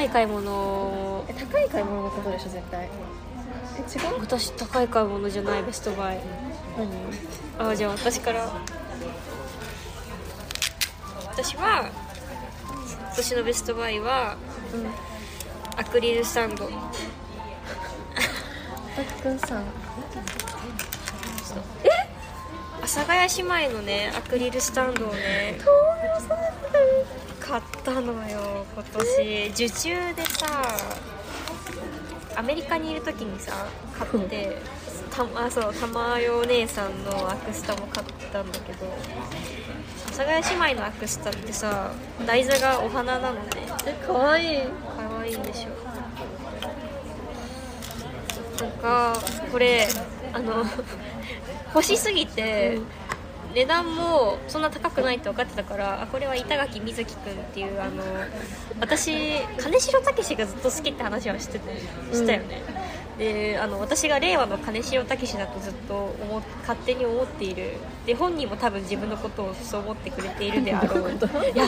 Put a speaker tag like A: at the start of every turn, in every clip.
A: い買い物
B: え高い買い物のことでしょ絶対え違う
A: 私高い買い物じゃないベストバイ
B: 何
A: あじゃあ私から私は今年のベストバイは、アクリルスタンド
B: たっくんさん
A: 阿佐ヶ谷姉妹のねアクリルスタンドをね買ったのよ今年受注でさアメリカにいる時にさ買ってたあそう玉代お姉さんのアクスタも買ったんだけど阿佐ヶ谷姉妹のアクスタってさ台座がお花なのね
B: えかわいい
A: 可愛いんでしょなんかこれあの欲しすぎて、値段もそんな高くないって分かってたからあこれは板垣瑞希くんっていうあの私金城武がずっと好きって話はしててしたよね、であの私が令和の金城武だとずっと思っ勝手に思っているで本人も多分自分のことをそう思ってくれているであろういや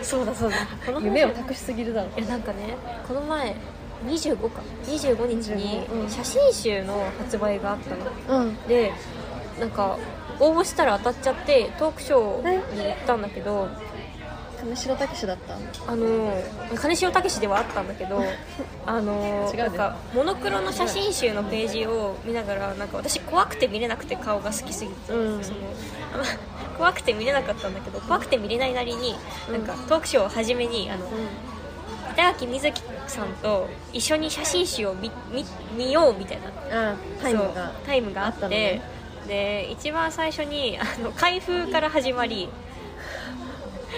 A: あそうだそうだこの 話
B: 夢を託しすぎるだろ
A: いやなんかねこの前25か25日に
B: 25うん
A: 写真集の発売があったの、
B: うん
A: でなんか応募したら当たっちゃってトークショーに行ったんだけど
B: 金城武だった
A: あの金城武ではあったんだ けどあの
B: 違うね
A: なんかモノクロの写真集のページを見ながらなんか私怖くて見れなくて顔が好きすぎて、
B: うん
A: その あま怖くて見れなかったんだけど怖くて見れないなりになんかトークショーを初めにあの、板垣瑞希さんと一緒に写真集を見見見ようみたいな
B: あタイムが
A: そうタイムがあ
B: あ
A: っ
B: った
A: て
B: のね
A: で一番最初にあの開封から始まり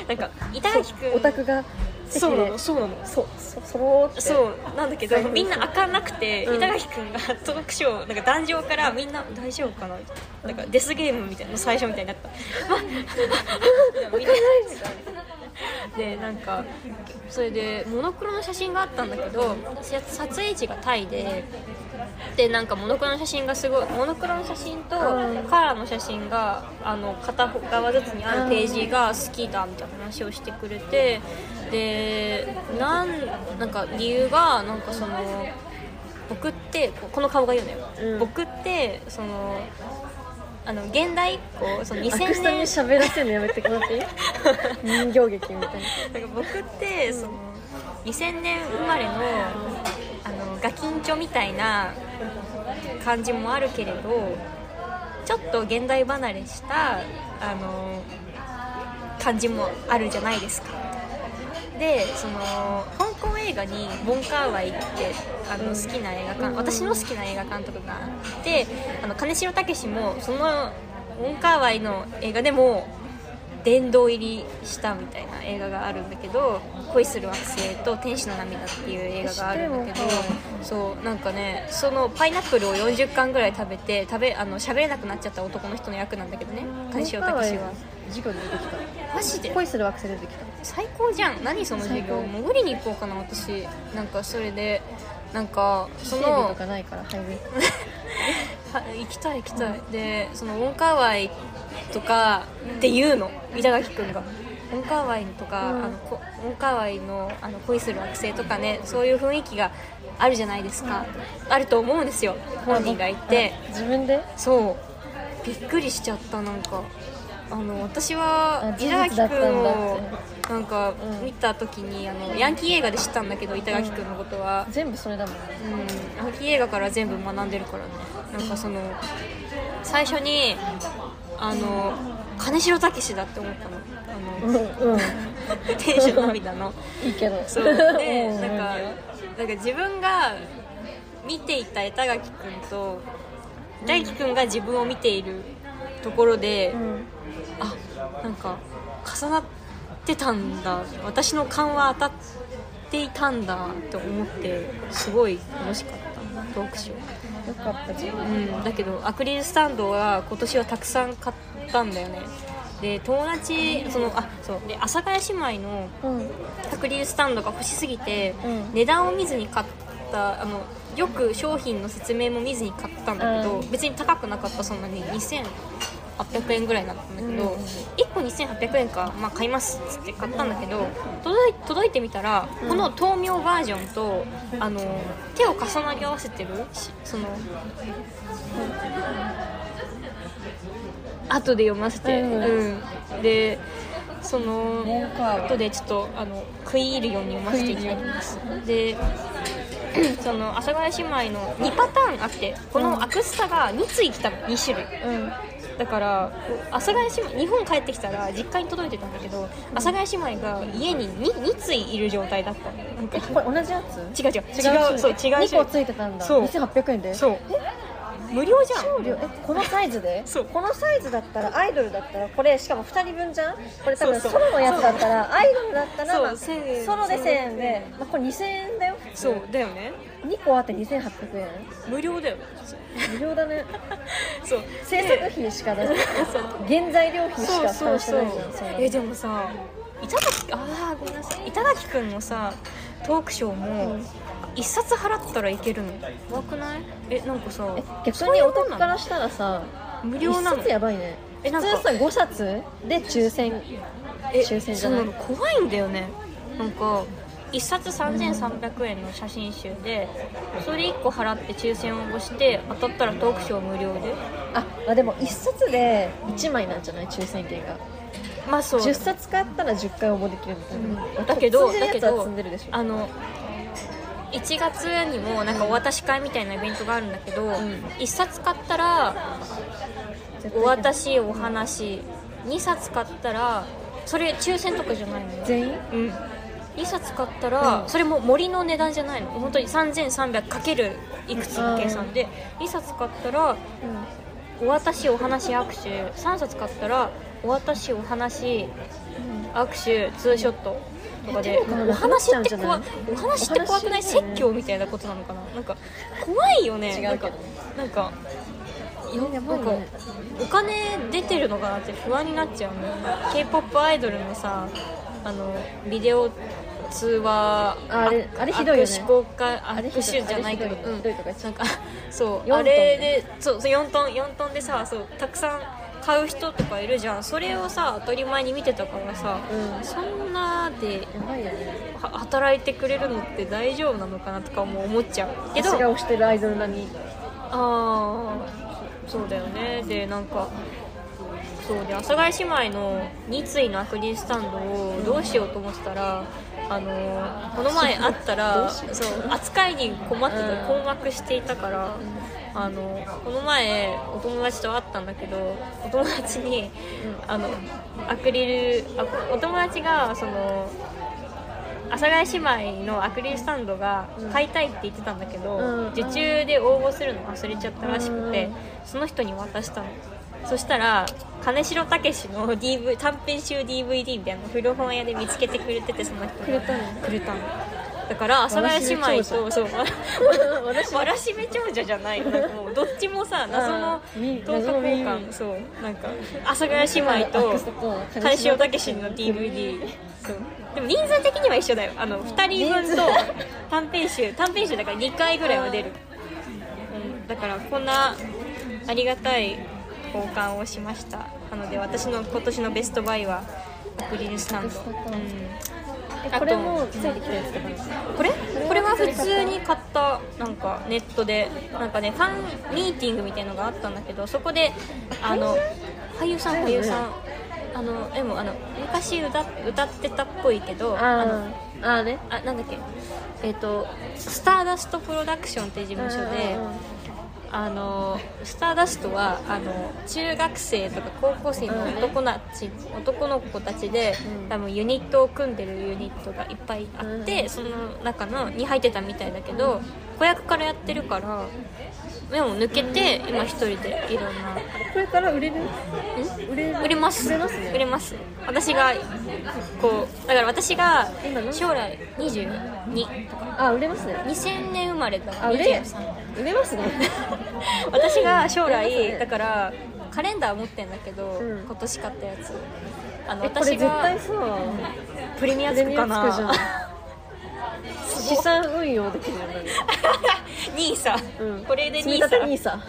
A: なんか板垣君
B: オタクが
A: そうな
B: で
A: のそうなの
B: そそそろーって
A: そうなんだけど
B: 財布
A: みんな開かなくて、
B: うん
A: 板垣君がトークショーなんか壇上からみんな大丈夫かなみたいななんかデスゲームみたいなの最初みたいになったわみんなでなんかそれでモノクロの写真があったんだけど撮撮影地がタイででなんかモノクロの写真がすごいモノクロの写真とカ
B: うん
A: ラーの写真があの片方側ずつにあるページが好きだみたいな話をしてくれてでなんなんか理由がなんかその僕ってここの顔が言うのよ、
B: うん
A: 僕ってそのあの現代以降その
B: アクス
A: 2000
B: タに
A: 年
B: 喋らせるのやめてもら っていい人形劇みたい
A: なんか僕ってその2000年生まれのあのガキンチョみたいな感じもあるけれどちょっと現代離れしたあの感じもあるじゃないですか。でその香港映画にボン・カーワイってあの好きな映画館、私の好きな映画監督があってあの金城武もそのボン・カーワイの映画でも殿堂入りしたみたいな映画があるんだけど「恋する惑星」と「天使の涙」っていう映画があるんだけど
B: 知ってる
A: そうなんかねそのパイナップルを40巻ぐらい食べて食べあの喋れなくなっちゃった男の人の役なんだけどね
B: な
A: 金城武は。
B: 授業で出てき
A: マジで
B: た恋する惑星出てきた
A: 最高じゃん何その授
B: 最
A: 業
B: 高
A: 潜りに行こうかな私なんかそれでなんかそ
B: 整
A: の
B: 備とかないからハイウェイ
A: は行きたい行きたい、でそのウォンカーワイとかって言うの板垣君がウォンカーワイとか、
B: うん
A: あのこウォンカーワイのあの恋する惑星とかねそういう雰囲気があるじゃないですか、あると思うんですよ本人がいて
B: あ自分で
A: そうびっくりしちゃったなんかあの私は
B: あ事
A: 板
B: 実
A: 垣
B: だったんだって
A: 君をなんか
B: うん
A: 見た時にあのヤンキー映画で知ったんだけど板垣君のことは、
B: 全部それだもんね
A: うん、秋映画から全部学んでるからねなんかその最初にあの金城武だって思ったのあ の
B: うんうん
A: 天使の涙の
B: いいけど
A: そうでなんかなんか自分が見ていた板垣君と板垣君が自分を見ているところで、
B: うん
A: あなんか重なってたんだ私の勘は当たっていたんだと思ってすごい楽しかったトークショー、
B: よかったじゃん
A: うん、だけどアクリルスタンドは今年はたくさん買ったんだよねで友達そのあそうで阿佐ヶ谷姉妹の
B: うん
A: アクリルスタンドが欲しすぎて、
B: うん
A: 値段を見ずに買ったあのよく商品の説明も見ずに買ったんだけど、
B: うん
A: 別に高くなかったそんなに2000 800円ぐらいだったんだけど、
C: うん
A: 1個2800円か、まあ、買いますっつって買ったんだけど届い届いてみたら、この豆苗バージョンとあの手を重なり合わせてるしその。後で読ませて、
C: う
A: うんんでその
C: ね
A: 後でちょっとあの食い入るように読ませていただきますで その阿佐ヶ谷姉妹の2パターンあってこのアクスタが2つ来たの2種類
C: うん
A: だから阿佐ヶ谷姉妹日本帰ってきたら実家に届いてたんだけど阿佐ヶ谷姉妹が家に 2, 2ついる状態だったのなんか
C: えこれ同じやつ
A: 違う違う
C: 違
A: 違うそう違う
C: 2
A: 種
C: 個
A: 類
C: ついてたんだ
A: そう
C: 2800円で
A: そう無料じゃん
C: 送料えこのサイズで
A: そう
C: このサイズだったらアイドルだったらこれしかも2人分じゃんこれ多分
A: そう
C: ソ
A: そう
C: ロのやつだったらアイドルだったら
A: そう
C: まあソ
A: 1000円
C: ロで1000円で、まあ、これ2000円だよ
A: そうだよね
C: 2個あって2800円
A: 無料だよね
C: 無料 だね
A: そう
C: 制作費しか出して原材料費し
A: そう
C: か負
A: そう
C: 担して
A: そう
C: ないじゃんそんな
A: えでも
C: の
A: さ板垣あーごめんなさい板垣君のさトークショーも一冊払ったらいけるの怖くないえなんかさ
C: え
A: そう
C: 逆
A: い
C: に
A: うもん
C: 男
A: なの
C: からしたらさ
A: 無料
C: 1
A: なの
C: 冊やばいね
A: え
C: 普
A: なんか
C: 通さ5冊で抽選
A: え
C: 抽選じゃない
A: そうの怖いんだよねなんか1冊3300円の写真集でそれ1個払って抽選をして当たったらトークショー無料で
C: ああでも1冊で1枚なんじゃない抽選券が
A: まあそう
C: 10冊買ったら10回応募できるみたいな、
A: だけど
C: 積んで
A: だ
C: る
A: け
C: やつは
A: ど
C: 積んでるでしょ
A: あの1月にもなんかお渡し会みたいなイベントがあるんだけど、1冊買ったら
C: 絶対
A: お渡しお話2冊買ったらそれ抽選とかじゃないのよ、
C: 全員
A: うん、2冊買ったら、
C: うん
A: それも森の値段じゃないの本当に 3300× いくつの計算で2冊買ったらお渡しお話握手3冊買ったらお渡しお話握手ツーショットとかで
C: え手の中
A: お話っ
C: なくなっちゃうんじ
A: て
C: ゃない
A: 怖いお話って怖くない
C: お話だよね
A: 説教みたいなことなのかななんか怖いよね
C: 違
A: なん
C: うけど
A: かなんかよ
C: やば
A: ないん
C: ね
A: かお金出てるのかなって不安になっちゃうね k p o p アイドルのさあのビデオ通話
C: あれ
A: あ
C: あれひどいよね
A: 握手交換
C: れひど
A: 握
C: い
A: 手じゃないけど
C: あれひどい
A: うん
C: ひどいとか言っち
A: な
C: ゃうん
A: か そう
C: 4
A: あれでそうそう4トン4トンでさそうたくさん買う人とかいるじゃんそれをさ当たり前に見てたからさ、
C: うん
A: そんなで
C: やばいよね
A: は働いてくれるのって大丈夫なのかなとかも思っちゃうけ
C: 私
A: ど
C: が推してるアイドル並み
A: ああそうだよねでなんかそうで阿佐ヶ谷姉妹の三井のアクリルスタンドをどうしようと思ってたらあのーこの前会ったらそう扱いに困って
C: うん
A: た困惑していたから、あのこの前お友達と会ったんだけどお友達に、あのアクリルあお友達がその阿佐ヶ谷姉妹のアクリルスタンドが買いたいって言ってたんだけど、
C: うん
A: 受注で応募するの忘れちゃったらしくて、
C: うん
A: その人に渡したのそしたら金城武史の DV 短編集 DVD みたいなの古本屋で見つけてくれててその人が
C: くれたの
A: くれたのだから阿佐ヶ谷姉妹とそう
C: 私
A: わらしめ長者じゃないなんかもうどっちもさ謎の
C: うん
A: 等価
C: 謎の
A: 交
C: う
A: 換
C: ん
A: そうなんか阿佐ヶ谷姉妹
C: あ
A: と
C: アクスタと
A: 金城武の DVD そうでも人数的には一緒だよあの2人分と
C: 人
A: 短編集短編集だから2回ぐらいは出る、うん、だからこんなありがたい交換をしましたなので私の今年のベストバイはアクリルスタンド、
C: アク
A: う
C: リルスタ
A: ん、
C: ンドえこれもついてきたやつとかですか
A: これこれは普通に買ったなんかネットでなんかねファンミーティングみたいのがあったんだけどそこであの俳優さん俳優さんあのでもあの昔歌歌ってたっぽいけどあの
C: あーあーね
A: あなんだっけえっ、とスターダストプロダクションっていう事務所で
C: うんうんうん
A: あのスターダストはあの中学生とか高校生の男たち、男の子たちで、
C: うん
A: 多分ユニットを組んでるユニットがいっぱいあって、
C: うん
A: その中のに入ってたみたいだけど、子役からやってるから目を抜けて、今一人でいろんな
C: これから売れる売れ
A: 売れます
C: 売れますね
A: 売れます私がこうだから私が
C: 今何
A: 将来22とか
C: あ売れますね
A: 2000年生まれだから
C: あ売れ
A: 23
C: 売れますね
A: 私が将
C: そうね
A: 来だからカレンダー持ってんだけど、
C: うん
A: 今年買ったやつあの
C: えこれ
A: 私
C: 絶
A: が
C: 対さ
A: プレミア
C: プレ
A: つく
C: ミ
A: か
C: アつくじゃん
A: な
C: 資産運用できるようになる
A: ニーサ、
C: うん
A: これで
C: 積み
A: ニー
C: 立
A: サ
C: て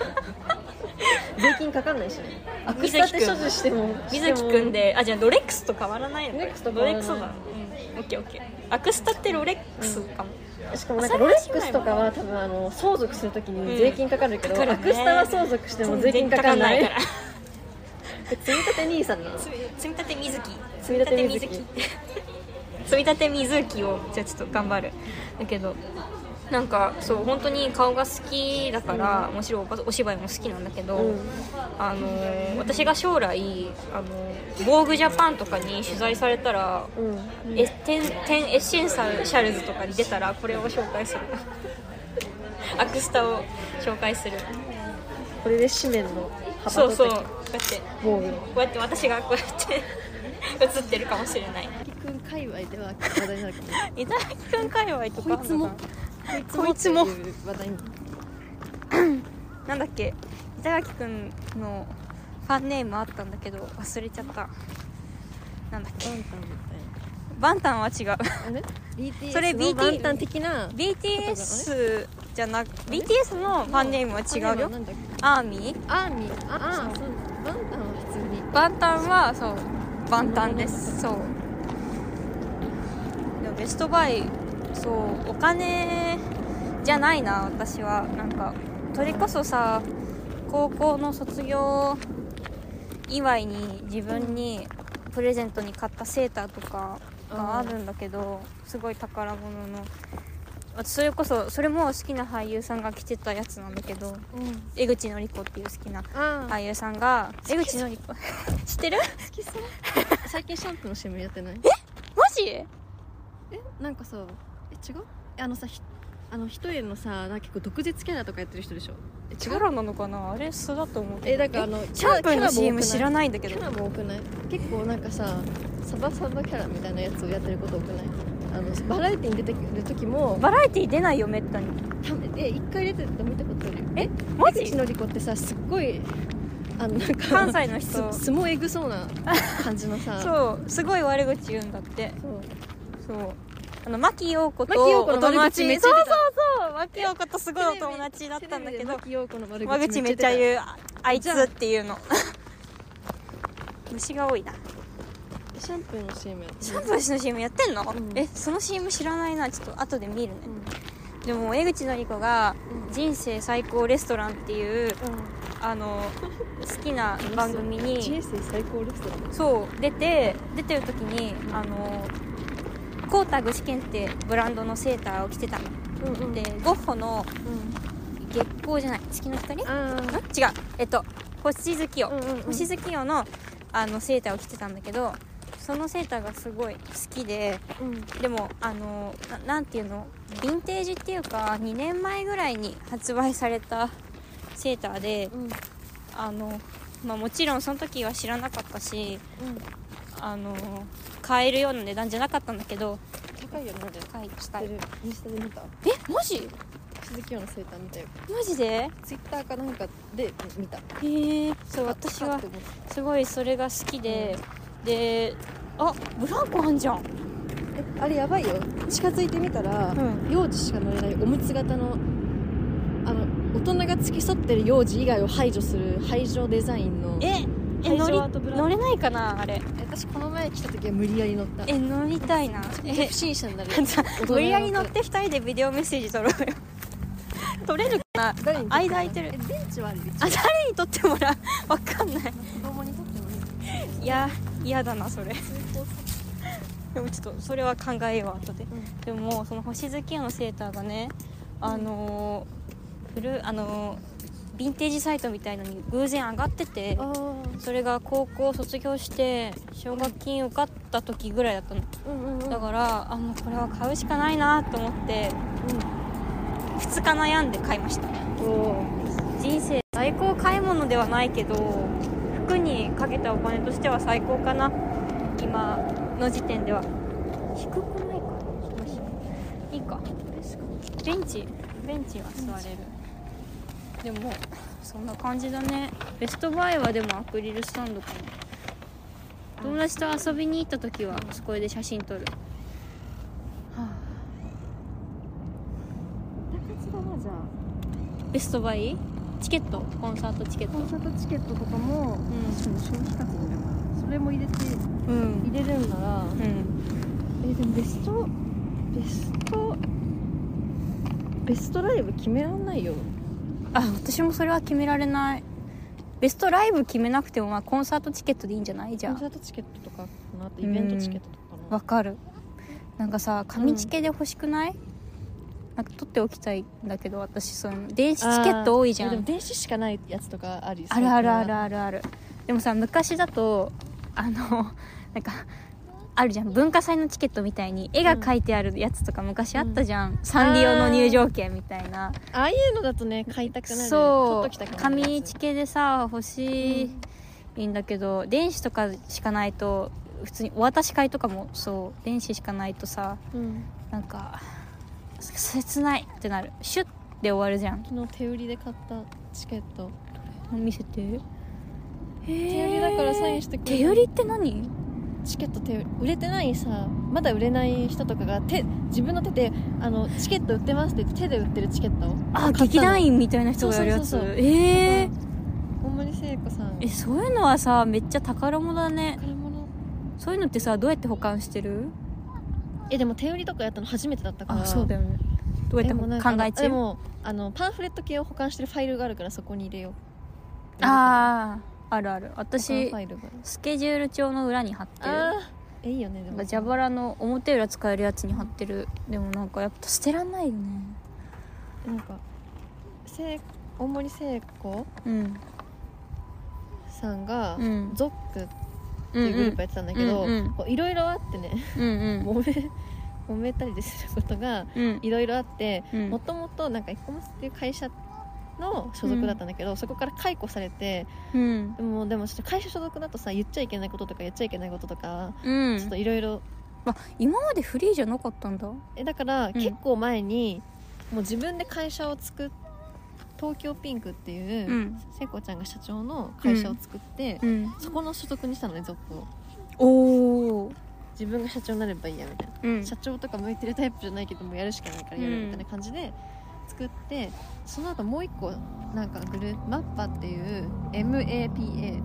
C: NISA 税金かかんないしね
B: アクスタって
A: 水木
B: 所
A: くん
B: 持しても
A: 水木くん
B: で
A: であじゃあロレックスと変わらないの
B: ロレックスと変
A: ロ
B: わ
A: レ
B: ら
A: ッ
B: ない
A: クスだ、うん、オッケーオッケーアクスタってロレックスかも、
B: しかもなんかロレックスとかは多分あの相続するときに税金かかるけど、
A: うんかか
B: ア
A: るね
B: クスタは相続しても税金かかんない
A: 全然かかん
B: 積み立て兄さんなの
A: ないから積み立て水木
B: 積み立て水木
A: 積み立て水木をじゃあちょっと頑張るだけどなんかそう本当に顔が好きだから、もちろんお芝居も好きなんだけど、
B: うん
A: あのー私が将来あのー「防具ジャパン」とかに取材されたら、
B: うん
A: えテンテンエッシェンサルシャルズとかに出たらこれを紹介する アクスタを紹介する
B: これで紙面の
A: そ
B: 幅
A: う
B: 取
A: そう
B: って
A: こうやって
B: 防具の
A: こうやって 私がこうやって映ってるかもしれない
C: くん界隈では話題になるかも
A: 伊沢くん界隈とか
C: こいつも
A: こいつも
C: こいつもっていう話題に
A: なんだっけ伊沢くんのファンネームあったんだけど忘れちゃったなんだっけ
C: バンタンみた
A: バンタンは違う
C: いなあれ BTS
A: それ BT
C: のバンタン的な
A: BTS じゃなく BTS のファンネームは違うよ
C: なんだっけ
A: アーミー
C: アーミーああそうバンタンは普通に
A: バンタンはそうバンタンですそうでもベストバイそうお金じゃないな私はなんかそれこそさ高校の卒業祝いに自分にプレゼントに買ったセーターとかがあるんだけどすごい宝物のあそれこそそれも好きな俳優さんが着てたやつなんだけど
C: うん
A: 江口のり子っていう好きな
C: ああ
A: 俳優さんが江口のり子 知ってる
C: 好き そう最近シャンプーの CM やってない
A: マジ
C: えなんかさえ違うえあのさひあの一重のさなんか結構毒舌キャラとかやってる人でしょえ
A: キャラなのかなあれ素だと思うけど
C: えだからあの
A: シャンプーの CM 知ら
C: ん
A: ないんだけ
C: キ
A: ど
C: ャラも多くない結構なんかさサバサバキャラみたいなやつをやってること多くないあのバラエティに出てくる時も
A: バラエティ出ないよめったに
C: たえ一回出てたの見たことあるよえ
A: マ
C: 江口
A: ジ
C: のり子ってさすっごいあのなんか
A: 関西の人
C: す相撲えぐそうな感じのさ
A: そうすごい悪口言うんだって
C: そう
A: そうあの牧陽子
C: 牧
A: と
C: 陽
A: お
C: 子の
A: 友
C: 悪口
A: 達
C: めっち
A: そ
C: ゃ
A: うそう
C: 言ってた
A: そう牧陽子とすごいお友達だったんだけど
C: テレビで牧陽子の悪
A: 悪口めっちゃ
C: う
A: 言うあいつ
C: じゃあ
A: っていうの虫が多いな
C: シャンプーの CM やってる
A: シャンプーの CM やってんの、
C: うん
A: えその CM 知らないなちょっと後で見るね、
C: うん
A: でも江口のり子が
C: う
A: 「
C: ん
A: 人生最高レストラン」っていう
C: う
A: あの好き な番組
C: ん人
A: に
C: 生最高レストラン
A: そう出て出てる時にあのコータ具志堅ってブランドのセーターを着てたの
C: うん
A: でゴッホの
C: うん
A: 月光じゃない月の光ん違う
C: あー
A: えっと星月夜、
C: うんうんうん
A: 星月夜のあのセーターを着てたんだけどそのセーターがすごい好きで
C: うん
A: でもあのななんていうのヴィンテージっていうか2年前ぐらいに発売されたセーターで
C: うん
A: あの、まあ、もちろんその時は知らなかったし
C: うん
A: あの買えるような値段じゃなかったんだけど
C: 高いよねあれ
A: 高い高
C: 知
A: い
C: ってるインスタで見た
A: えマジ
C: 鈴木陽の生誕見たよ
A: マジで
C: ツイッターかなんかで見た
A: へえそう私
C: ああ
A: は
C: って思った
A: すごいそれが好きで、であブランコあんじゃん
C: えあれやばいよ近づいてみたら、
A: ん
C: 幼児しか乗れないおむつ型のあの大人が付き添ってる幼児以外を排除する排除デザインの
A: ええ
C: 会場
A: 乗り
C: アートブランコ
A: 乗れないかなあれ
C: 私この前来た時は無理やり乗った
A: え乗りたいなえ
C: 不審者 になる
A: じゃあ無理やり乗って2人でビデオメッセージ撮ろうよ撮れるかな
C: 誰に撮ってもらう
A: 間空いてる
C: え電池はあるよ
A: あ誰に撮ってもらうわかんない
C: 子供にとってもいい
A: いや嫌だなそれ
C: 通行先
A: でもちょっとそれは考えよう後で
C: うん
A: でももうその星月夜のセーターがねあのー古あのーヴィンテージサイトみたいのに偶然上がってて
C: あ
A: それが高校卒業して奨学金受かった時ぐらいだったの
C: あうんうんうん
A: だからあもうこれは買うしかないなと思って
C: う
A: 2日悩んで買いました
C: んお
A: 人生最高買い物ではないけど服にかけたお金としては最高かな今の時点では低くないかもしいいかベンチベンチは座れるでもそんな感じだねベストバイはでもアクリルスタンドかな友達と遊びに行った時はそこで写真撮る
C: 高津だなじゃあ
A: ベストバイチケットコンサートチケット
C: コンサートチケットとか
A: う
C: も確かに消費課税だからそれも入れて
A: んうん
C: 入れるんなら
A: うん
C: えでもベストベストベストライブ決めらんないよ
A: あ私もそれは決められないベストライブ決めなくてもまあコンサートチケットでいいんじゃないじ
C: コ
A: ゃ
C: ン
A: あ
C: サートチケットとかかなあとイベントチケットとかか
A: わかるなんかさ紙チケで欲しくない、なんか取っておきたいんだけど私そういうの電子
C: な、
A: チケット多いじゃ
C: あーで
A: ん
C: も電子しかないやつとかある
A: あるあるあるあるあるでもさ昔だとあのなんかあるじゃん文化祭のチケットみたいに絵が描いてあるやつとか昔あったじゃん、サンリオの入場券みたいな
C: ああいうのだとね買いたくなるね
A: そう
C: 取っときたくなるやつ
A: 紙チケでさ欲しいんだけど、電子とかしかないと普通にお渡し会とかもそう電子しかないとさ
C: うん
A: なんか切ないってなるシュッで終わるじゃん
C: 昨日手売りで買ったチケット
A: 見せて
C: 手
A: 手
C: 売りだからサインしてくれ
A: 手売りって何
C: チケット手売れてないさまだ売れない人とかが手自分の手であのチケット売ってますって言って手で売ってるチケットを
A: あ
C: 買ったの
A: 劇団員みたいな人がやるやつ
C: そうそうそうそう
A: えー
C: 大森聖子さん
A: えそういうのはさめっちゃ宝物だね
C: 宝物
A: そういうのってさどうやって保管してる
C: えでも手売りとかやったの初めてだったから
A: よねどうや
C: でもなん
A: って
C: か
A: 考え
C: で
A: 中
C: もあのパンフレット系を保管してるファイルがあるからそこに入れよう
A: あああるある
C: 保管
A: 私
C: ファイルが
A: スケジュール帳の裏に貼ってる
C: あーえいいよねで
A: なん
C: も
A: か蛇腹の表裏使えるやつに貼ってるでもなんかやっぱ捨てらんないよね
C: なんか聖大森聖子
A: うん
C: さんが、
A: うん
C: ゾックっていうグループやってたんだけど
A: うんうん
C: こういろいろあってね
A: うんうん
C: 揉め揉めたりすることが
A: うん
C: いろいろあって
A: うん
C: もともとなんかイコマスっていう会社の所属だったんだけど、そこから解雇されて
A: うん
C: でもでもちょっと会社所属だとさ言っちゃいけないこととか言っちゃいけないこととか、
A: うん
C: ちょっといろいろ
A: あ今までフリーじゃなかったんだ
C: えだから
A: ん
C: 結構前に、もう自分で会社を作っ東京ピンクっていう、
A: うん
C: 聖子ちゃんが社長の会社を作って、
A: うん
C: そこの所属にしたのねゾックを
A: おお
C: 自分が社長になればいいやみたいな、
A: うん
C: 社長とか向いてるタイプじゃないけどもうやるしかないからやるみたいな感じで作って、その後もう一個なんかグループマッパっていう MAPA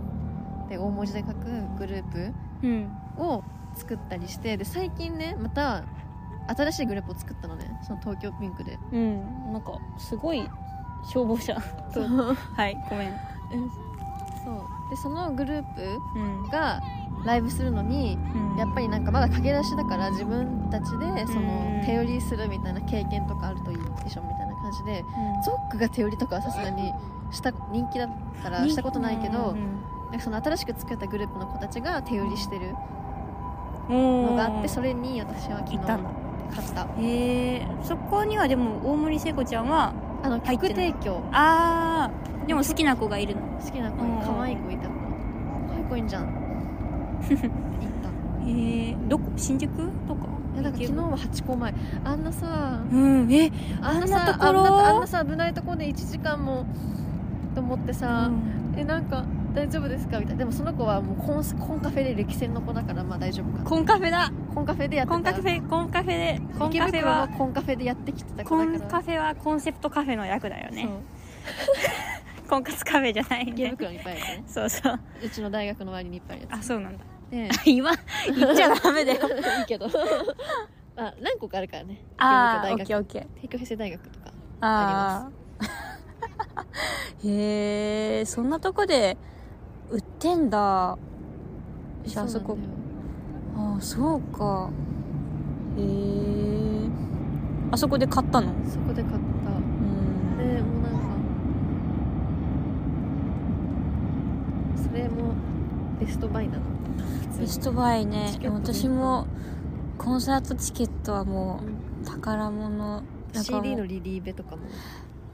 C: で大文字で書くグループ
A: うん
C: を作ったりしてで最近ねまた新しいグループを作ったのねその東京ピンクで
A: うんなんかすごい消防車 はいごめん
C: そうでそのグループ
A: うん
C: がライブするのにやっぱりなんかまだ駆け出しだから自分たちでその
A: うん
C: 手売りするみたいな経験とかあるといいでしょみたいな感じでゾックが手売りとかはさすがにした人気だからしたことないけどなんかその新しく作ったグループの子たちが手売りしてるの
A: の
C: があってそれに私は昨
A: 行
C: 日
A: ったんだ
C: 買った
A: へえー、そこにはでも大森聖子ちゃんは
C: あの
A: 入って
C: 曲
A: る
C: 提供
A: ああでも好きな子がいるの
C: 好きな子
A: うん
C: 可愛い子いたから可愛い子いいんじ ゃん行った
A: へえー、どこ新宿とか
C: いやなんか昨日は8個前あんなさ
A: うんえ
C: あ
A: あ
C: んな
A: んな
C: さ
A: とこ
C: あん
A: ろ
C: なあんなさ危ないところで1時間もと思ってさ、えなんか大丈夫ですかみたいなでもその子はもうコンスコンカフェで歴戦の子だからまあ大丈夫かな
A: コンカフェだ
C: コンカフェでやって
A: コ
C: た
A: ンカフェコンカフェでコン
C: 池
A: カフェ
C: 袋の
A: は
C: コンカフェでやってきてた子
A: コ
C: だから
A: ンカフェはコンセプトカフェの役だよね
C: そう
A: 婚活カフェじゃないよ
C: 池
A: ね
C: 袋にいっぱいあるね
A: そうそう
C: うちの大学の周りにいっぱいあるや
A: あそうなんだ
C: つね
A: 今言っちゃダメだよ
C: いいけどあ何個かあるからね
A: ああオ
C: 池
A: ッケー
C: 袋
A: オ
C: 大
A: ッケー
C: 学帝京平成大学とか
A: ああ へえそんなとこで売ってんだじゃあそこ
C: うなんだよ
A: ああそうかへえあそこで買ったの
C: そこで買った
A: うん
C: でもうなんかそれもベストバイなの
A: ベストバイね
C: チケットで
A: 私もコンサートチケットはもう宝物なんかもう
C: CD のリリーベとかも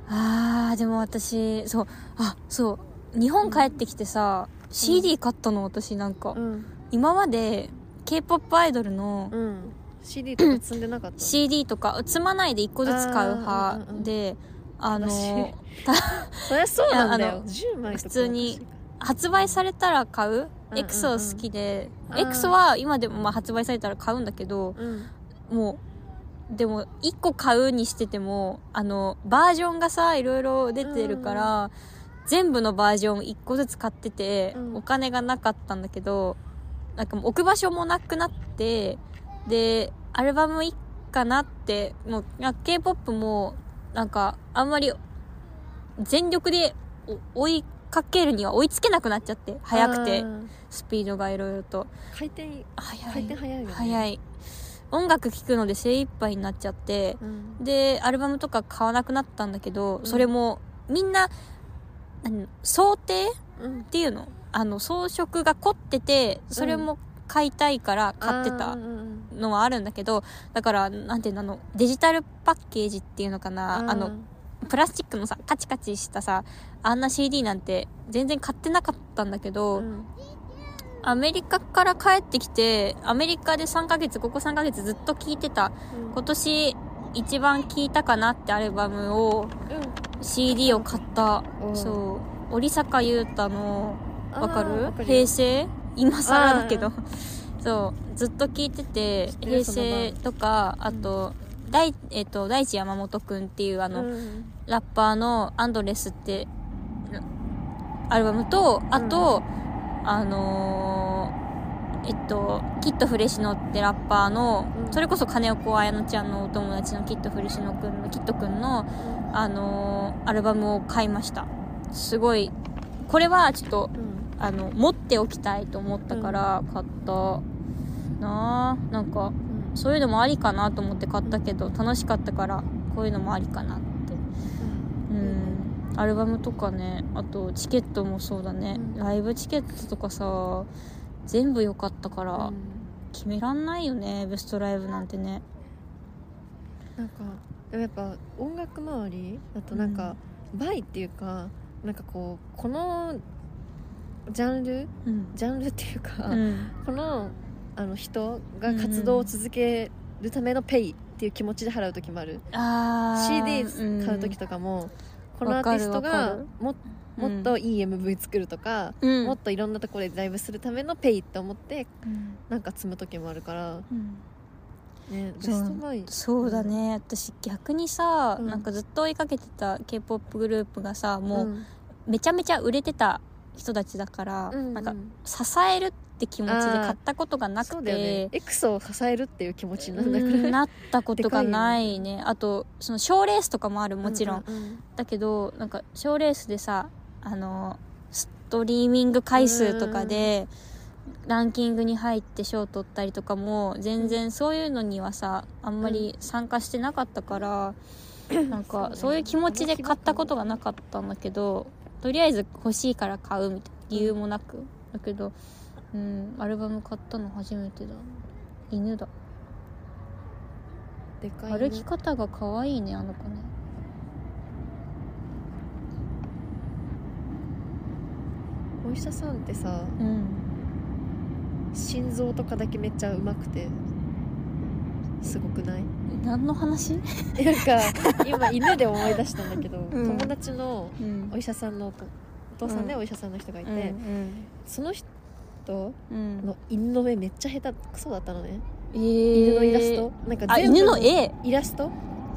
A: あーでも私そうあそう日本帰ってきてさ、CD 買ったの私なんか、
C: うん
A: 今まで k p o p アイドルの
C: うん CD とか積んでなかった
A: CD とか積まないで一個ずつ買う派
C: あーうんうん
A: であの
C: 私そりゃそうなんだ
A: いやあ
C: よ
A: の
C: 10枚とか
A: 普通に発売されたら買う
C: うん
A: エクソ好きで、
C: あー
A: エクソは今でもまあ発売されたら買うんだけど
C: うん
A: もうでも1個買うにしててもあのバージョンがさいろいろ出てるから、全部のバージョン1個ずつ買ってて、
C: うん
A: お金がなかったんだけどなんかもう置く場所もなくなってでアルバムいっかなってもう k p o p もなんかあんまり全力でお追いかけるには追いつけなくなっちゃって速くて
C: あー
A: スピードがいろいろと
C: 回転
A: 速
C: 回
A: い
C: 転早いよね
A: 早い音楽聴くので精一杯になっちゃって
C: うん
A: でアルバムとか買わなくなったんだけど、それもみんな何想定
C: うん
A: っていうのあの装飾が凝っててそれも買いたいから買ってた
C: あーうんうん
A: のはあるんだけどだからなんていうのあのデジタルパッケージっていうのかな、あのプラスチックのさカチカチしたさあんな CD なんて全然買ってなかったんだけど、
C: うん
A: アメリカから帰ってきてアメリカで3ヶ月ここ3ヶ月ずっと聴いてた
C: うん
A: 今年一番聴いたかなってアルバムを、CD を買った、そう織坂優太の
C: あー
A: わか
C: わ
A: る
C: かるよ
A: 平成今更だけど そうずっと聴いてて
C: 知ってる
A: 平成とかあと,、大えっと大地山本くんっていうあの、
C: うん
A: ラッパーの「アンドレス」ってアルバムとあと、あのーえっとキットフレシノってラッパーの、
C: うん
A: それこそ金子綾乃ちゃんのお友達のキットフレシノくんのキットくんの、あのーアルバムを買いましたすごいこれはちょっと
C: うん
A: あの持っておきたいと思ったから買った、なあなんか
C: うん
A: そういうのもありかなと思って買ったけど楽しかったからこういうのもありかなってうんアルバムとかねあとチケットもそうだね、
C: うん
A: ライブチケットとかさ全部良かったから、
C: うん
A: 決めらんないよねベストライブなんてね
C: なんかでもやっぱ音楽周りだとなんか倍っていうかなんかこうこのジャンル
A: うん、
C: ジャンルっていうか、
A: うん
C: このあの人が活動を続けるためのペイっていう気持ちで払う時もある、
A: あー
C: CD 買う時とかも、このアーティスト
A: わか
C: が
A: る
C: も
A: うん
C: もっといい MV 作るとか、
A: うん、うん
C: もっといろんなところでライブするためのペイって思って
A: うん
C: なんか積む時もあるから、
A: うん
C: ね、ベ
A: そう
C: ストバイ
A: そうだね、私逆にさ、
C: うん
A: なんかずっと追いかけてた k p o p グループがさもうんめちゃめちゃ売れてた人たちだから、
C: う
A: なんか
C: う
A: 支えるって気持ちで買ったことがな
C: そ
A: く
C: うだよね
A: て、
C: X を支えるっていう気持ちにな
A: うん
C: だくらい
A: ん なったことがないねあとその賞ーレースとかもあるもちろん、
C: ううん
A: だけどなんか賞ーレースでさあのストリーミング回数とかでランキングに入って賞取ったりとかも全然そういうのにはさあんまり参加してなかったから、なんか
C: そ
A: そううい
C: ね
A: う気持ちで買ったことがなかったんだけどとりあえず欲しいから買うみたいな理由もなくだけどうんアルバム買ったの初めてだ犬だ
C: でかいね
A: 歩き方が可愛いねあの子ね
C: お医者さんってさ
A: うん
C: 心臓とかだけめっちゃうまくてすごく ない
A: 何の話
C: なんか今犬で思い出したんだけど、
A: ん
C: 友達の
A: うん
C: お医者さんのおとお父さんで
A: うん
C: お医者さんの人がいて、
A: うん
C: その人
A: うん
C: の犬の目めっちゃ下手クソだったのね、
A: え
C: 犬のイラストなんか
A: あ
C: 全部
A: 犬の絵
C: イラストな
A: あ
C: んか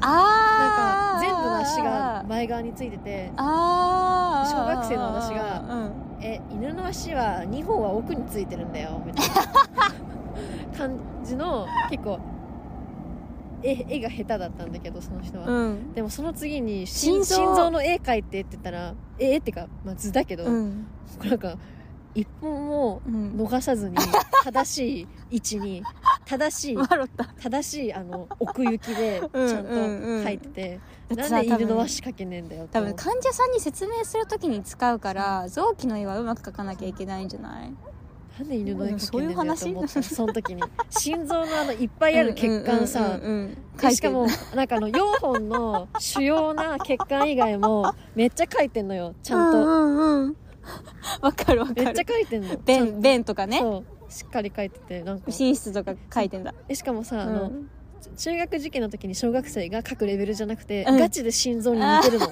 A: あ
C: 全部の足が前側についてて
A: あー
C: 小学生の私が
A: うん
C: 「え犬の足は2本は奥についてるんだよ」みたい な感じの結構絵絵が下手だったんだけどその人は、
A: うん
C: でもその次に
A: 心
C: 心
A: 臓
C: 心臓の絵描いてって言ったら絵ってか、まあ、図だけど、
A: うん
C: なんか一本も
A: うん
C: 逃さずに正しい位置に正しい
A: 笑った
C: 正しいあの奥行きでち
A: うん
C: ゃんと描いてて、なんで犬の足描けねえんだよって
A: 多
C: 思
A: 分
C: う
A: 患者さんに説明するときに使うから臓器の絵はうまく描かなきゃいけないんじゃない
C: なんで犬の絵描けねえん
A: そうい
C: だ
A: う
C: よ
A: 話
C: って思った その時に心臓のあのいっぱいある血管さ、
A: うんうんうんうん
C: でしかもなんかあの4本の主要な血管以外もめっちゃ描いてんのよち
A: ち
C: ゃんと、
A: わかるわかる
C: めっちゃ描いてんのちゃん
A: 便便とかね
C: そうしっかり書いててなんか
A: 寝室とか書いてんだ
C: えしかもさ、あ
A: う
C: の
A: ん
C: 中学受験の時に小学生が書くレベルじゃなくて、
A: うん
C: ガチで心臓に似てるの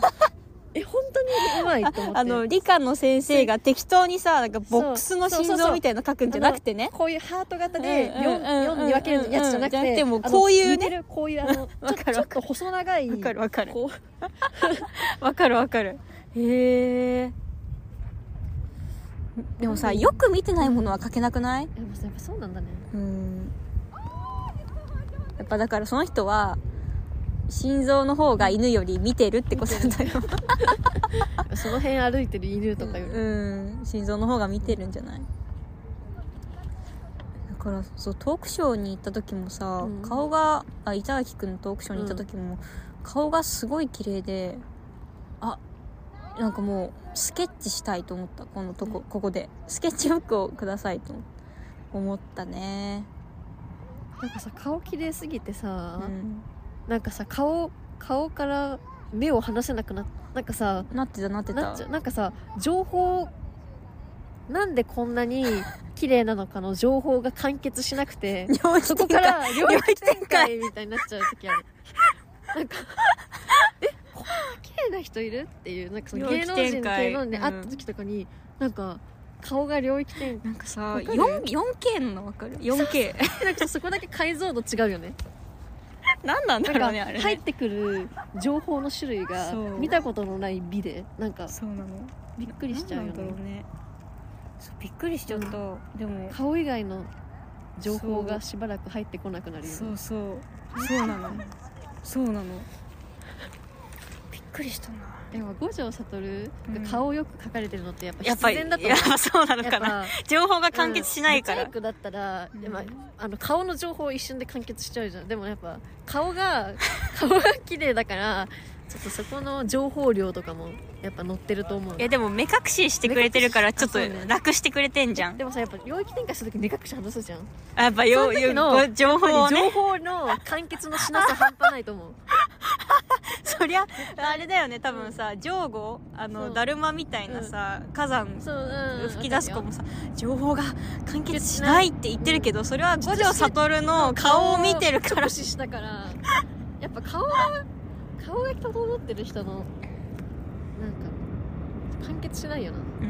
C: え本当にうまいと思って
A: あの理科の先生が適当にさなんかボックスの
C: そうそ
A: 心
C: うそうそ
A: 臓
C: う
A: みたいなの書くんじゃなくてね
C: こういうハート型で
A: うんうんうん
C: 4に分けるやつじゃなく
A: うんうんうんじゃなく
C: て
A: てもうこういうね
C: あの似てるこういうあの
A: わ
C: ち
A: か
C: ょ
A: る
C: ちょ
A: わ
C: っと細長 い
A: わかるわかる
C: こ
A: わかるわかるへえでもさよく見てないものは書けなくないう
C: やっぱやっぱそうなんだね
A: うんやっぱだからその人は心臓の方が犬より見てるってことだよ
C: その辺歩いてる犬とかより
A: うん心臓の方が見てるんじゃないだからそうトークショーに行った時もさ、
C: うん
A: 顔があ板垣君のトークショーに行った時も、顔がすごい綺麗であなんかもうスケッチしたいと思ったこのとこ、ここでスケッチブックをくださいと思ったね、
C: なんかさ顔綺麗すぎて
A: う
C: さ
A: ん、
C: なんかさ顔顔から目を離せなくなっなんかさ
A: なってたなって
C: な
A: た
C: っちゃうなんかさ情報なんでこんな に綺麗なのかの情報が完結しな くて
A: 領域
C: そこ
A: 展開
C: から領域展開みたいになっちゃう時あるな んかえこんな綺麗な人いるっていうなんかその芸能
A: 領域
C: 人
A: 展開
C: 芸能人で会った時とかに、なんか顔が領域展
A: なんかさ
C: わかる
A: 4- 4K なのわかる 4K
C: 開なんかそこだけ解像度違うよね
A: 何なんだ
C: な
A: ろうん ねあれ
C: か
A: ね
C: 入ってくる情報の種類が
A: そう
C: 見たことのない美でなんか
A: そうなの
C: びっくりしちゃうよ
A: なんなんだろ
C: ね
A: うねそうびっくりしちゃった、でも
C: 顔以外の情報がしばらく入ってこなくなるよね
A: そうそうそうなのそうなのびっくりしたな
C: でも五条悟
A: うん
C: が顔よく描かれてるのってやっぱ
A: やっぱ
C: 必
A: り
C: 然だと
A: い
C: 思う
A: やそうなのかな
C: やっぱ
A: 情報が完結しないか
C: うん
A: ら、
C: モザイクだったら、
A: うん
C: まああの顔の情報一瞬で完結しちゃうじゃんでもやっぱ顔が 顔が綺麗だからちょっとそこの情報量とかもやっぱ載ってると思う
A: いやでも目隠ししてくれてるからちょっと
C: 目隠しあそうね
A: 楽してくれてんじゃん
C: でもさやっぱ領域展開するとき目隠し外すじゃん
A: あやっぱよ
C: その時
A: よ
C: の
A: ご情報をね
C: 情報の完結のしなさ半端ないと思う
A: そりゃあれだよね多分さジョーゴあ
C: そ
A: の
C: う
A: だるまみたいなさ火山
C: そう、うん、
A: 吹き出す子
C: わか
A: もさ情報が完結しないって言ってるけどそれは五条悟の顔を見てるから
C: るよ直視したからやっぱ顔が顔が整ってる人のなんか完結しないよな
A: うー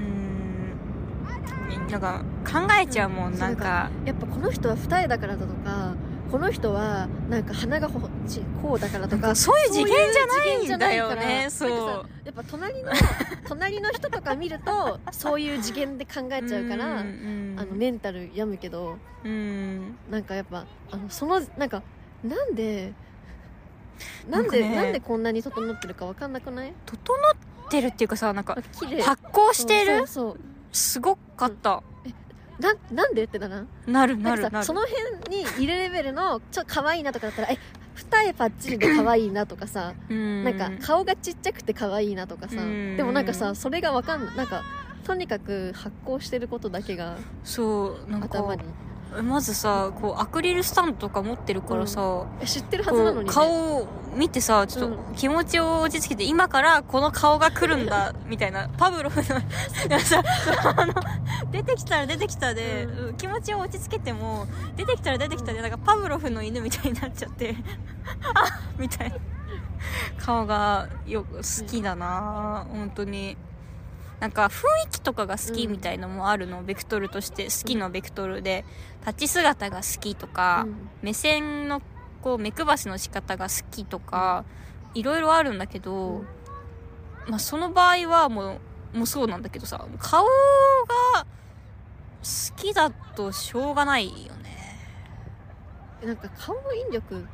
A: んなんか考えちゃうもん、
C: うん
A: なんか
C: やっぱこの人は二重だからだとかこの人はなんか鼻がほちこうだからとか
A: そういう次元じゃ
C: そういう
A: ないんだよ
C: 次
A: ね
C: 元じゃないからなん
A: そ
C: かさやっぱ隣の隣の人とか見るとそういう次元で考え
A: う
C: ちゃうから、
A: うんうん
C: あのメンタル病むけど
A: うん
C: なんかやっぱあのそのなんかなんでなん
A: な
C: で
A: んかね
C: なんでこんなに整ってるかわかんなくない
A: 整ってるっていうかさなんか
C: なんか綺麗
A: 発光してる
C: そうそう
A: すごかった
C: そうなんなんでってだな
A: なる
C: な
A: なんる
C: か
A: な
C: さそ
A: る
C: の辺にいるレベルのちょっと可愛いなとかだったらえ二重パッチリで可愛いなとかさ
A: な
C: なんか顔がちっちゃくて可愛いなとかさ
A: うん
C: でもなんかさそれがわかんないなんかとにかく発光してることだけが
A: そうなんかこ
C: 頭に
A: うまずさこうアクリルスタンドとか持ってるからさ、
C: え知ってるはずなの
A: こう
C: に、ね、
A: 顔を見てさちょっと気持ちを落ち着けて、今からこの顔が来るんだみたい なパブロフのなんかさあの出てきたら出てきたで、
C: う
A: 気持ちを落ち着けても出てきたら出てきたでなんかパブロフの犬みたいになっちゃって あみたいな顔がよく好きだな、本当に。なんか雰囲気とかが好きみたいのもあるの、ベクトルとして好きのベクトルで立ち姿が好きとか、
C: うん
A: 目線のこう目配しの仕方が好きとかいろいろあるんだけど、
C: うん
A: まあ、その場合はもうもうそうなんだけどさ顔が好きだとしょうがないよね
C: なんか顔の引力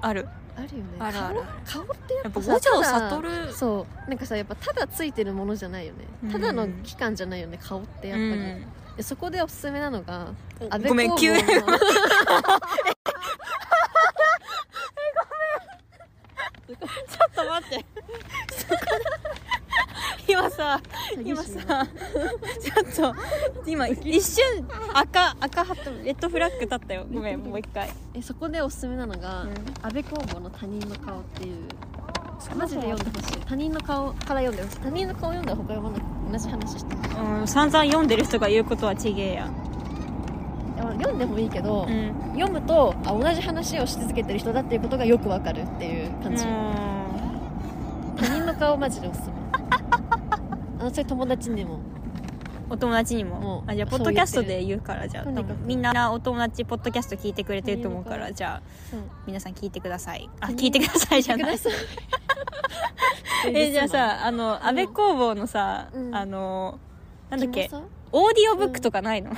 A: ある
C: あるよね
A: あるある
C: 顔顔ってや
A: や
C: っ
A: っぱ
C: ぱ
A: 五
C: さ
A: 条
C: ただ
A: 悟
C: そうなんかさやっぱただついてるものじゃないよね
A: うん
C: ただの期間じゃないよね顔ってやっぱり、でそこでおすすめなのが
A: うん
C: 安倍
A: ごめん急 に
C: ごめん
A: ちょっと待って今さ今さ ちょっと今一瞬赤赤ハットレッドフラッグ立ったよごめんもう一回
C: えそこでおすすめなのが、
A: うん
C: 安倍公房の他人の顔っていうマジで読んでほしい他人の顔から読んでほしい他人の顔読んだら他読まない同じ話してる
A: うん散々読んでる人が言うことはちげえや
C: でも読んでもいいけど、
A: ん
C: 読むとあ同じ話をし続けてる人だっていうことがよくわかるっていう感じ、
A: う
C: 他人の顔マジでおすすめあのそれ友達にも
A: お友達にも
C: もう
A: あじゃあポ
C: そう言ってる
A: ッドキャストで言うからじゃあ
C: とに
A: 多
C: かく
A: 分みんなお友達ポッドキャスト聞いてくれてると思うからじゃあ
C: そう
A: 皆さん聞いてくださいあ聞いてくださいじゃ ないえじゃあさあの安倍工房のさ、
C: うん
A: あのなんだっけ
C: キモさ
A: オーディオブックとかないの、
C: い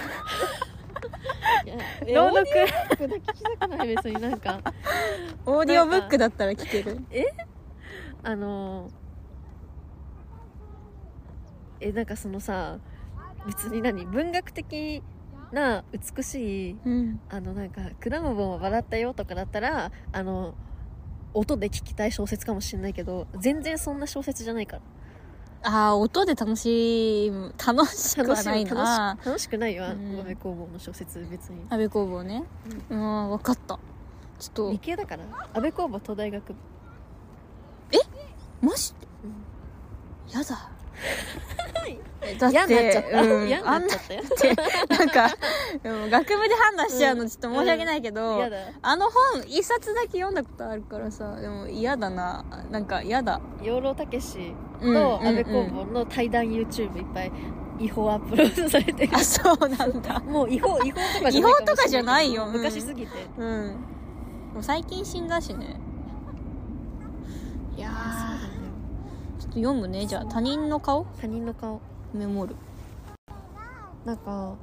C: や
A: 朗読
C: オーディオブックだけ聞きたくない別になんか
A: オーディオブックだったら聞ける
C: あのーえなんかそのさ別に何文学的な美しい
A: うん
C: あのなんか「果物は笑ったよ」とかだったらあの音で聞きたい小説かもしれないけど全然そんな小説じゃないから
A: あー音で楽しい楽しくはないな
C: 楽し楽しくないよ
A: うん
C: 安部工房の小説別に
A: 安倍工房ねうん分かったちょっと
C: 理系だから安部工房東大学部
A: マジで、や だだ
C: 嫌になっちゃった、
A: うん
C: 嫌に
A: あん
C: なっち
A: な
C: ゃったよ
A: なんかでも学部で判断しちゃうのちょっと申し訳ないけど、
C: 嫌だ
A: あの本一冊だけ読んだことあるからさでも嫌だななんか嫌だ
C: 養老武志
A: うん
C: と
A: うん
C: 安
A: う
C: 部
A: ん
C: 公房の対談 YouTube いっぱい違法アップロードされてる
A: あそうなんだ
C: もう違法違法とかじゃない
A: 違法とかじゃないよ
C: かもしれけど昔すぎて
A: うんもう最近死んだしねいやーちょっと読むねじゃあ他人の顔
C: 他人の顔
A: メモる
C: なんか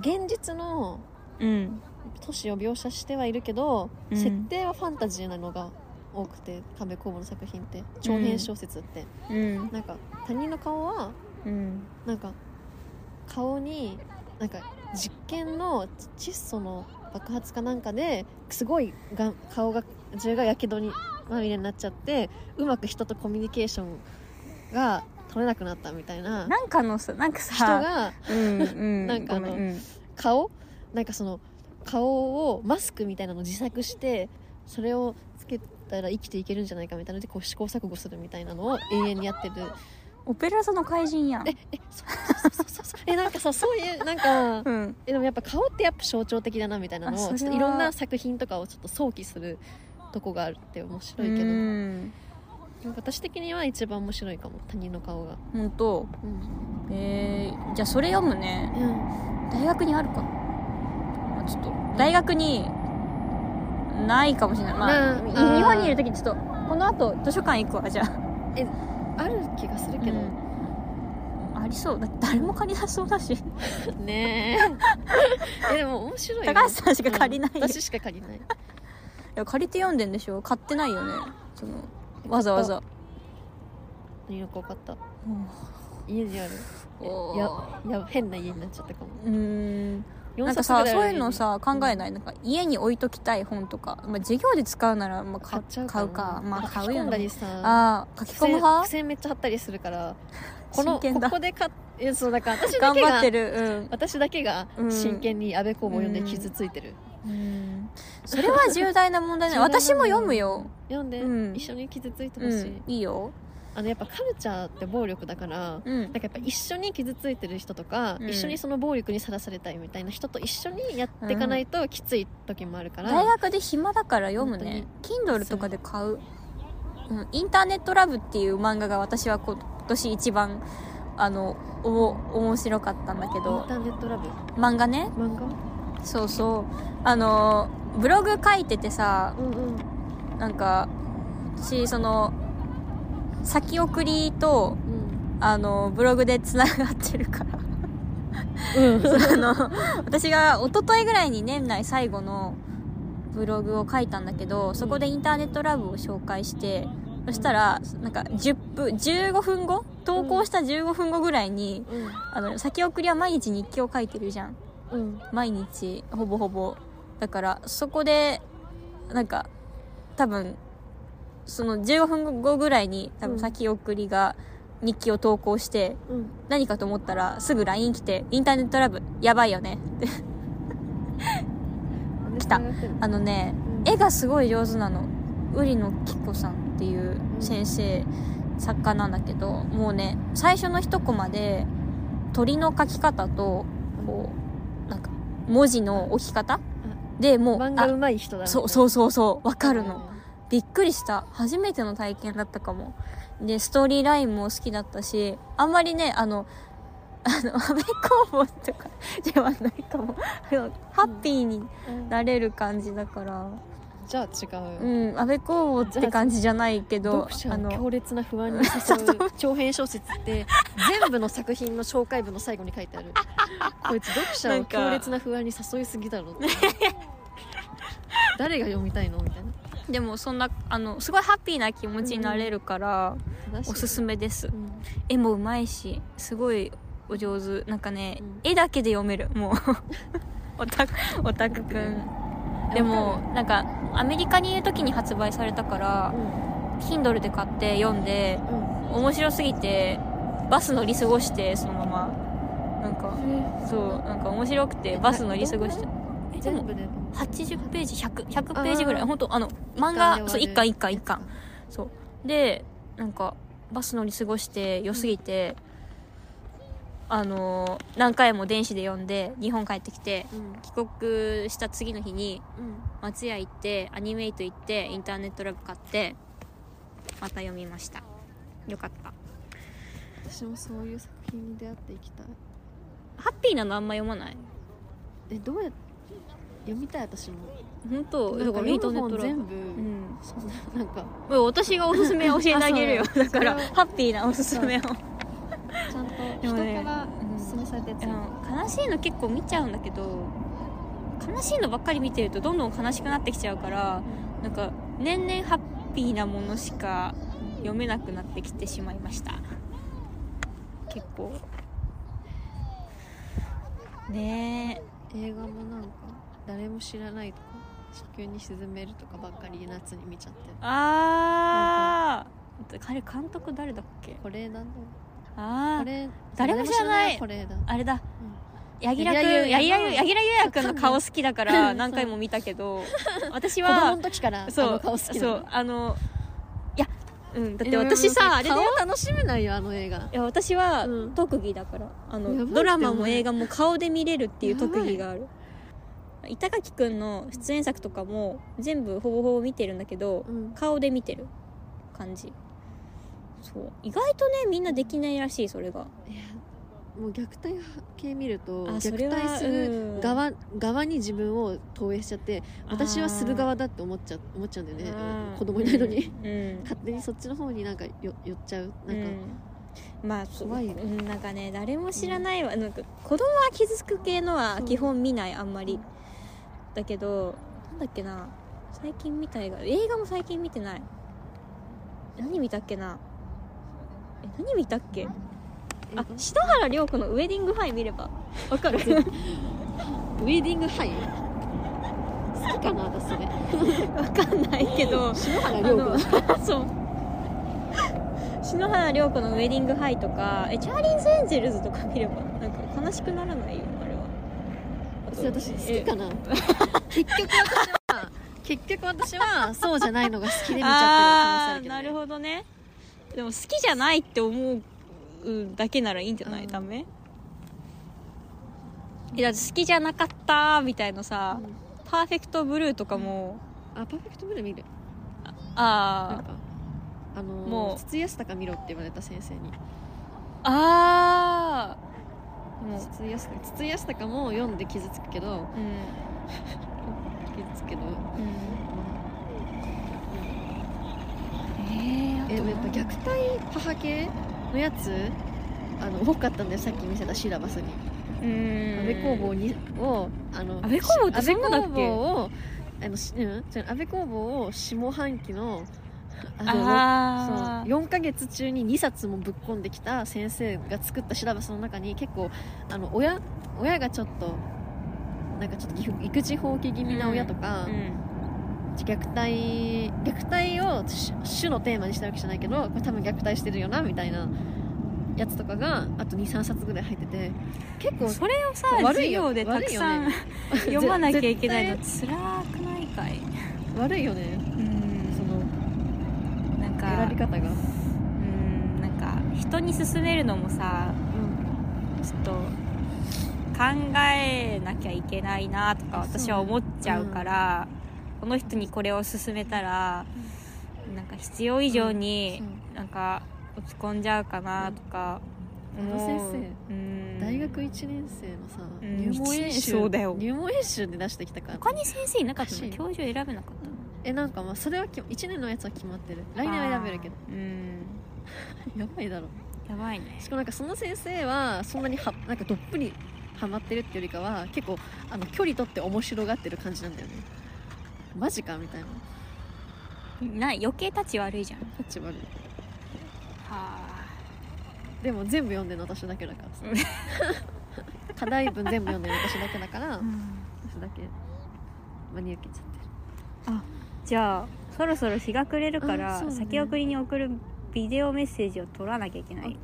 C: 現実の
A: うん
C: 都市を描写してはいるけど、
A: うん
C: 設定はファンタジーなのが多くて亀公房の作品って長編小説って、
A: うん
C: なんか他人の顔は
A: うん
C: なんか顔になんか実験の窒素の爆発かなんかですごいが顔が中がやけどにまみれになっちゃってうまく人とコミュニケーションが取れなくなったみたいな
A: なんかのさなんか
C: 人
A: さ
C: が
A: うんうん
C: なんかあの
A: ごめん
C: 顔なんかその顔をマスクみたいなの自作してそれをつけたら生きていけるんじゃないかみたいなのでこう試行錯誤するみたいなのを永遠にやってる
A: オペラ座の怪人やん
C: ええそうそうそうそうそうえなんかさそういうなんか
A: うん
C: えでもやっぱ顔ってやっぱ象徴的だなみたいなの
A: あそれ
C: を
A: は
C: ちょっといろんな作品とかをちょっと想起するとこがあるって面白いけど
A: うん
C: なんか私的には一番面白いかも他人の顔が
A: 本当
C: うん、
A: えー、じゃあそれ読むね
C: うん、
A: 大学にあるかあちょっと大学にないかもしれないまあ
C: な
A: 日
C: あー
A: 本にいる時にちょっとこの後図書館行くわじゃあ
C: ある気がするけど、
A: ありそうだって誰も借りなそうだし
C: ねええでも面白いよ
A: 高橋さんしか借りないよ、
C: うん
A: い
C: 私しか借りない
A: や借りて読んでんでしょ買ってないよねそのわざわざ
C: 何の怖かった家にある
A: おー
C: やや変な家になっちゃったかも
A: うーん
C: 4
A: なんか
C: 冊ぐ
A: さ
C: らあ
A: そうい
C: る家
A: う
C: に
A: のさ考えない、なんか家に置いときたい本とか、まあ、授業で使うなら、まあ、
C: 買
A: か
C: っちゃうか
A: 買
C: な
A: うかまあ
C: なん
A: 買う
C: 書き込
A: よ
C: んだ
A: ね
C: りさ
A: ああ書き込む
C: 付
A: 派
C: 箋めっちゃ貼ったりするからこの
A: 真剣
C: こ
A: だ
C: こでかえそうだから私だ
A: 頑
C: けが
A: 張ってる
C: 私だけが
A: うん
C: 真剣に安倍公房を読んで傷ついてる、
A: うん、それは重大な問題ね
C: 重大な問題
A: 私も読むよ、
C: 読んで、
A: うん
C: 一緒に傷ついて
A: う
C: ほしい、
A: ん、いいよ
C: あのやっぱカルチャーって暴力だから
A: うん
C: なんかやっぱ一緒に傷ついてる人とか、
A: うん
C: 一緒にその暴力にさらされたいみたいな人と一緒にやっていかないときつい時もあるから、
A: 大学で暇だから読むね Kindle とかで買う、うん、インターネットラブっていう漫画が私は今年一番あのおも面白かったんだけ
C: イン
A: ど
C: ターネットラブ
A: 漫画ね
C: 漫画
A: そうそうあのブログ書いててさ
C: うんうん
A: なんか私その先送りとあのブログでつながってるから
C: うん、うん、
A: あの私が一昨日ぐらいに年内最後のブログを書いたんだけどそこでインターネットラブを紹介してそしたらなんか10分15分後投稿した15分後ぐらいに、あの先送りは毎日日記を書いてるじゃん
C: うん
A: 毎日ほぼほぼだからそこでなんか多分その15分後ぐらいに多分先送りが日記を投稿して、
C: うん
A: 何かと思ったらすぐ LINE 来て「インターネットラブやばいよね」って来たあのね絵がすごい上手なの瓜野紀子さんっていう先生、作家なんだけどもうね最初の一コマで鳥の描き方とこうなんか文字の置き方でもう
C: 漫画
A: あ
C: うまい人だな
A: そうそうそうそうわかるの。びっくりした初めての体験だったかもでストーリーラインも好きだったしあんまりねあのあの安倍公房とかではないかもあのハッピーになれる感じだから
C: じゃあ違うよ、
A: うん安倍公房って感じじゃないけど
C: 読者
A: あ
C: の
A: の
C: 強烈な不安に 誘う長編小説って全部の作品の紹介文の最後に書い てあるこいつ読者を強烈な不安に誘いすぎだろって 誰が読みたいのみたいな
A: でもそんなあのすごいハッピーな気持ちになれるから、
C: 正しい
A: おすすめです、
C: ん
A: 絵もうまいしすごいお上手なんかね、
C: うん
A: 絵だけで読めるもう オタクオタクくんでもなんかアメリカにいる時に発売されたから、Kindle で買って読んで、面白すぎてバス乗り過ごしてそのままなんか、そうなんか面白くてバス乗り過ごしてえでも
C: 全部で
A: 80ページ100100ページぐらい
C: あー
A: 本当あの漫
C: 一巻で終わ
A: 画
C: る
A: そう一巻一巻一巻そうでなんかバス乗り過ごして良すぎて、あのー何回も電子で読んで日本帰ってきて
C: うん
A: 帰国した次の日に
C: うん
A: 松屋行ってアニメイト行ってインターネットラブ買ってまた読みましたよかった
C: 私もそういう作品に出会っていきたい
A: ハッピーなのあんま読まない
C: えどうや読みたい私も
A: 本当
C: なん
A: だ
C: か
A: からイ
C: 読
A: ンターネッ
C: む
A: ト
C: 本
A: ラブ
C: 全部、
A: うん
C: そんななんか
A: もう私がおすすめ教えてあげる よだから
C: それ
A: ハッピーなおすすめを
C: ちゃんと
A: で
C: 人
A: も
C: か
A: ね
C: ら
A: うん
C: おすすめされたやつ、
A: あの悲しいの結構見ちゃうんだけど悲しいのばっかり見てるとどんどん悲しくなってきちゃうからなんか年々ハッピーなものしか読めなくなってきてしまいました結構ね
C: 映画もなんか誰も知らないとか地球に沈めるとかばっかり夏に見ちゃって
A: えあーあれ監督誰だっけ
C: これなんだ
A: あ
C: こ
A: あ
C: れ
A: 誰も知らない
C: これだ
A: あれだ柳楽
C: 柳楽優
A: 君柳楽
C: うん
A: 柳楽優弥君の顔好きだ から何回も見たけど私
C: 子供
A: は
C: の時からあ
A: そう
C: の顔好きな
A: そ
C: の
A: うあのいやうんだって
C: えでも
A: 私さあれだ
C: 顔
A: よ
C: 楽しめないよあの映画
A: いや私は
C: うん
A: 特技だから、あ
C: やばいっ
A: の
C: て
A: ドラマも映画も顔で見れるっていう特技がある板垣くんの出演作とかも全部ほぼほぼ見てるんだけど、
C: うん
A: 顔で見てる感じそう意外とねみんなできないらしいそれが
C: もう虐待系見ると
A: あそれ
C: 虐
A: は
C: 待す
A: う
C: る
A: ん
C: 側,、側に自分を投影しちゃって私はする側だって思っちゃ思っちゃうんだよね
A: あー
C: 子供いないのに
A: うん
C: 勝手にそっちの方になんかよ寄っちゃう
A: う
C: なんか、
A: んまあそう
C: 怖いよ
A: うんなんかね誰も知らないわ、なんか子供は傷つく系のは基本見ないあんまりだけどなんだっけな最近見た映画映画も最近見てない何見たっけなえ何見たっけあ篠原涼子のウェディングハイ見ればわかる
C: ウェディングハイ好きかな私それ
A: わかんないけど
C: 篠原
A: あ
C: 涼子
A: の そう篠原涼子のウェディングハイとかえチャーリーズ・エンジェルズとか見ればなんか悲しくならないよあれはあと
C: 私好き
A: え
C: かな結局私は結局私はそうじゃないのが好きで見ちゃ
A: あ
C: っ
A: ー
C: てる可能性あ
A: な
C: る
A: る
C: けど、ね、
A: ほどねでも好きじゃないって思うだけならいいんじゃない、ダメえだって好きじゃなかったみたいなさ、パーフェクトブルーとかも、
C: あパーフェクトブルー見るな
A: あ
C: んかあのー、
A: もう
C: 筒井康隆見ろって言われた先生に
A: あああもう
C: 筒井康隆筒井康隆も読んで傷つくけど
A: う
C: 傷つくけど
A: ん、うん、えー、あ
C: えで
A: と
C: もやっぱ虐待母系のやつあの多かったんだよさっき見せたシラバスに
A: うん
C: 安倍工房にをあの
A: 安倍工房ってそんなだっけ
C: 安倍工房をあのしうん違う安倍工房を下半期のあ
A: ああ
C: のそう4ヶ月中に2冊もぶっ込んできた先生が作ったシラバスの中に結構あの親親がちょっとなんかちょっと育育児放棄気味な親とか、
A: うん
C: 虐待虐待を主主のテーマにしたわけじゃないけどこれ多分虐待してるよなみたいなやつとかがあと23冊ぐらい入ってて結構
A: それをさ
C: 悪
A: 授
C: いよ
A: 業でたくさん、
C: 悪い
A: 読まなきゃいけないの辛くないかい
C: 悪いよね
A: うん
C: その
A: なんか
C: 選び方が、
A: うんなんか人に勧めるのもさちょっと考えなきゃいけないなとか私は思っちゃうから、この人にこれを勧めたら、なんか必要以上に
C: うん
A: なんか落ち込んじゃうかなとか
C: うん
A: 思う
C: あの先
A: うん
C: 大学1年生のさ、
A: うん
C: 入門演習
A: 一年そうだよ
C: 入門演習で出してきたから
A: 他に先生いなかった
C: ら
A: の
C: しい
A: 教授選べなかったの
C: えなんかまあそれはき1年のやつは決まってる来年は選べるけど
A: あーうん
C: やばいだろ
A: やばいね
C: しかもなんかその先生はそんなにはなんかどっぷりハマってるってよりかは結構あの距離取って面白がってる感じなんだよねマジかみたいな
A: な余計立ち悪いじゃんは
C: 立ち悪い
A: あ
C: でも全部読んでるの私だけだからさ課題文全部読んでるの私だけだから私だけ真に受けちゃってる
A: じゃあそろそろ日が暮れるか
C: あ
A: ら、
C: そうだね
A: 先送りに送るビデオメッセージを取らなきゃいけない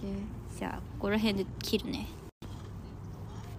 C: OK
A: じゃあここら辺で切るね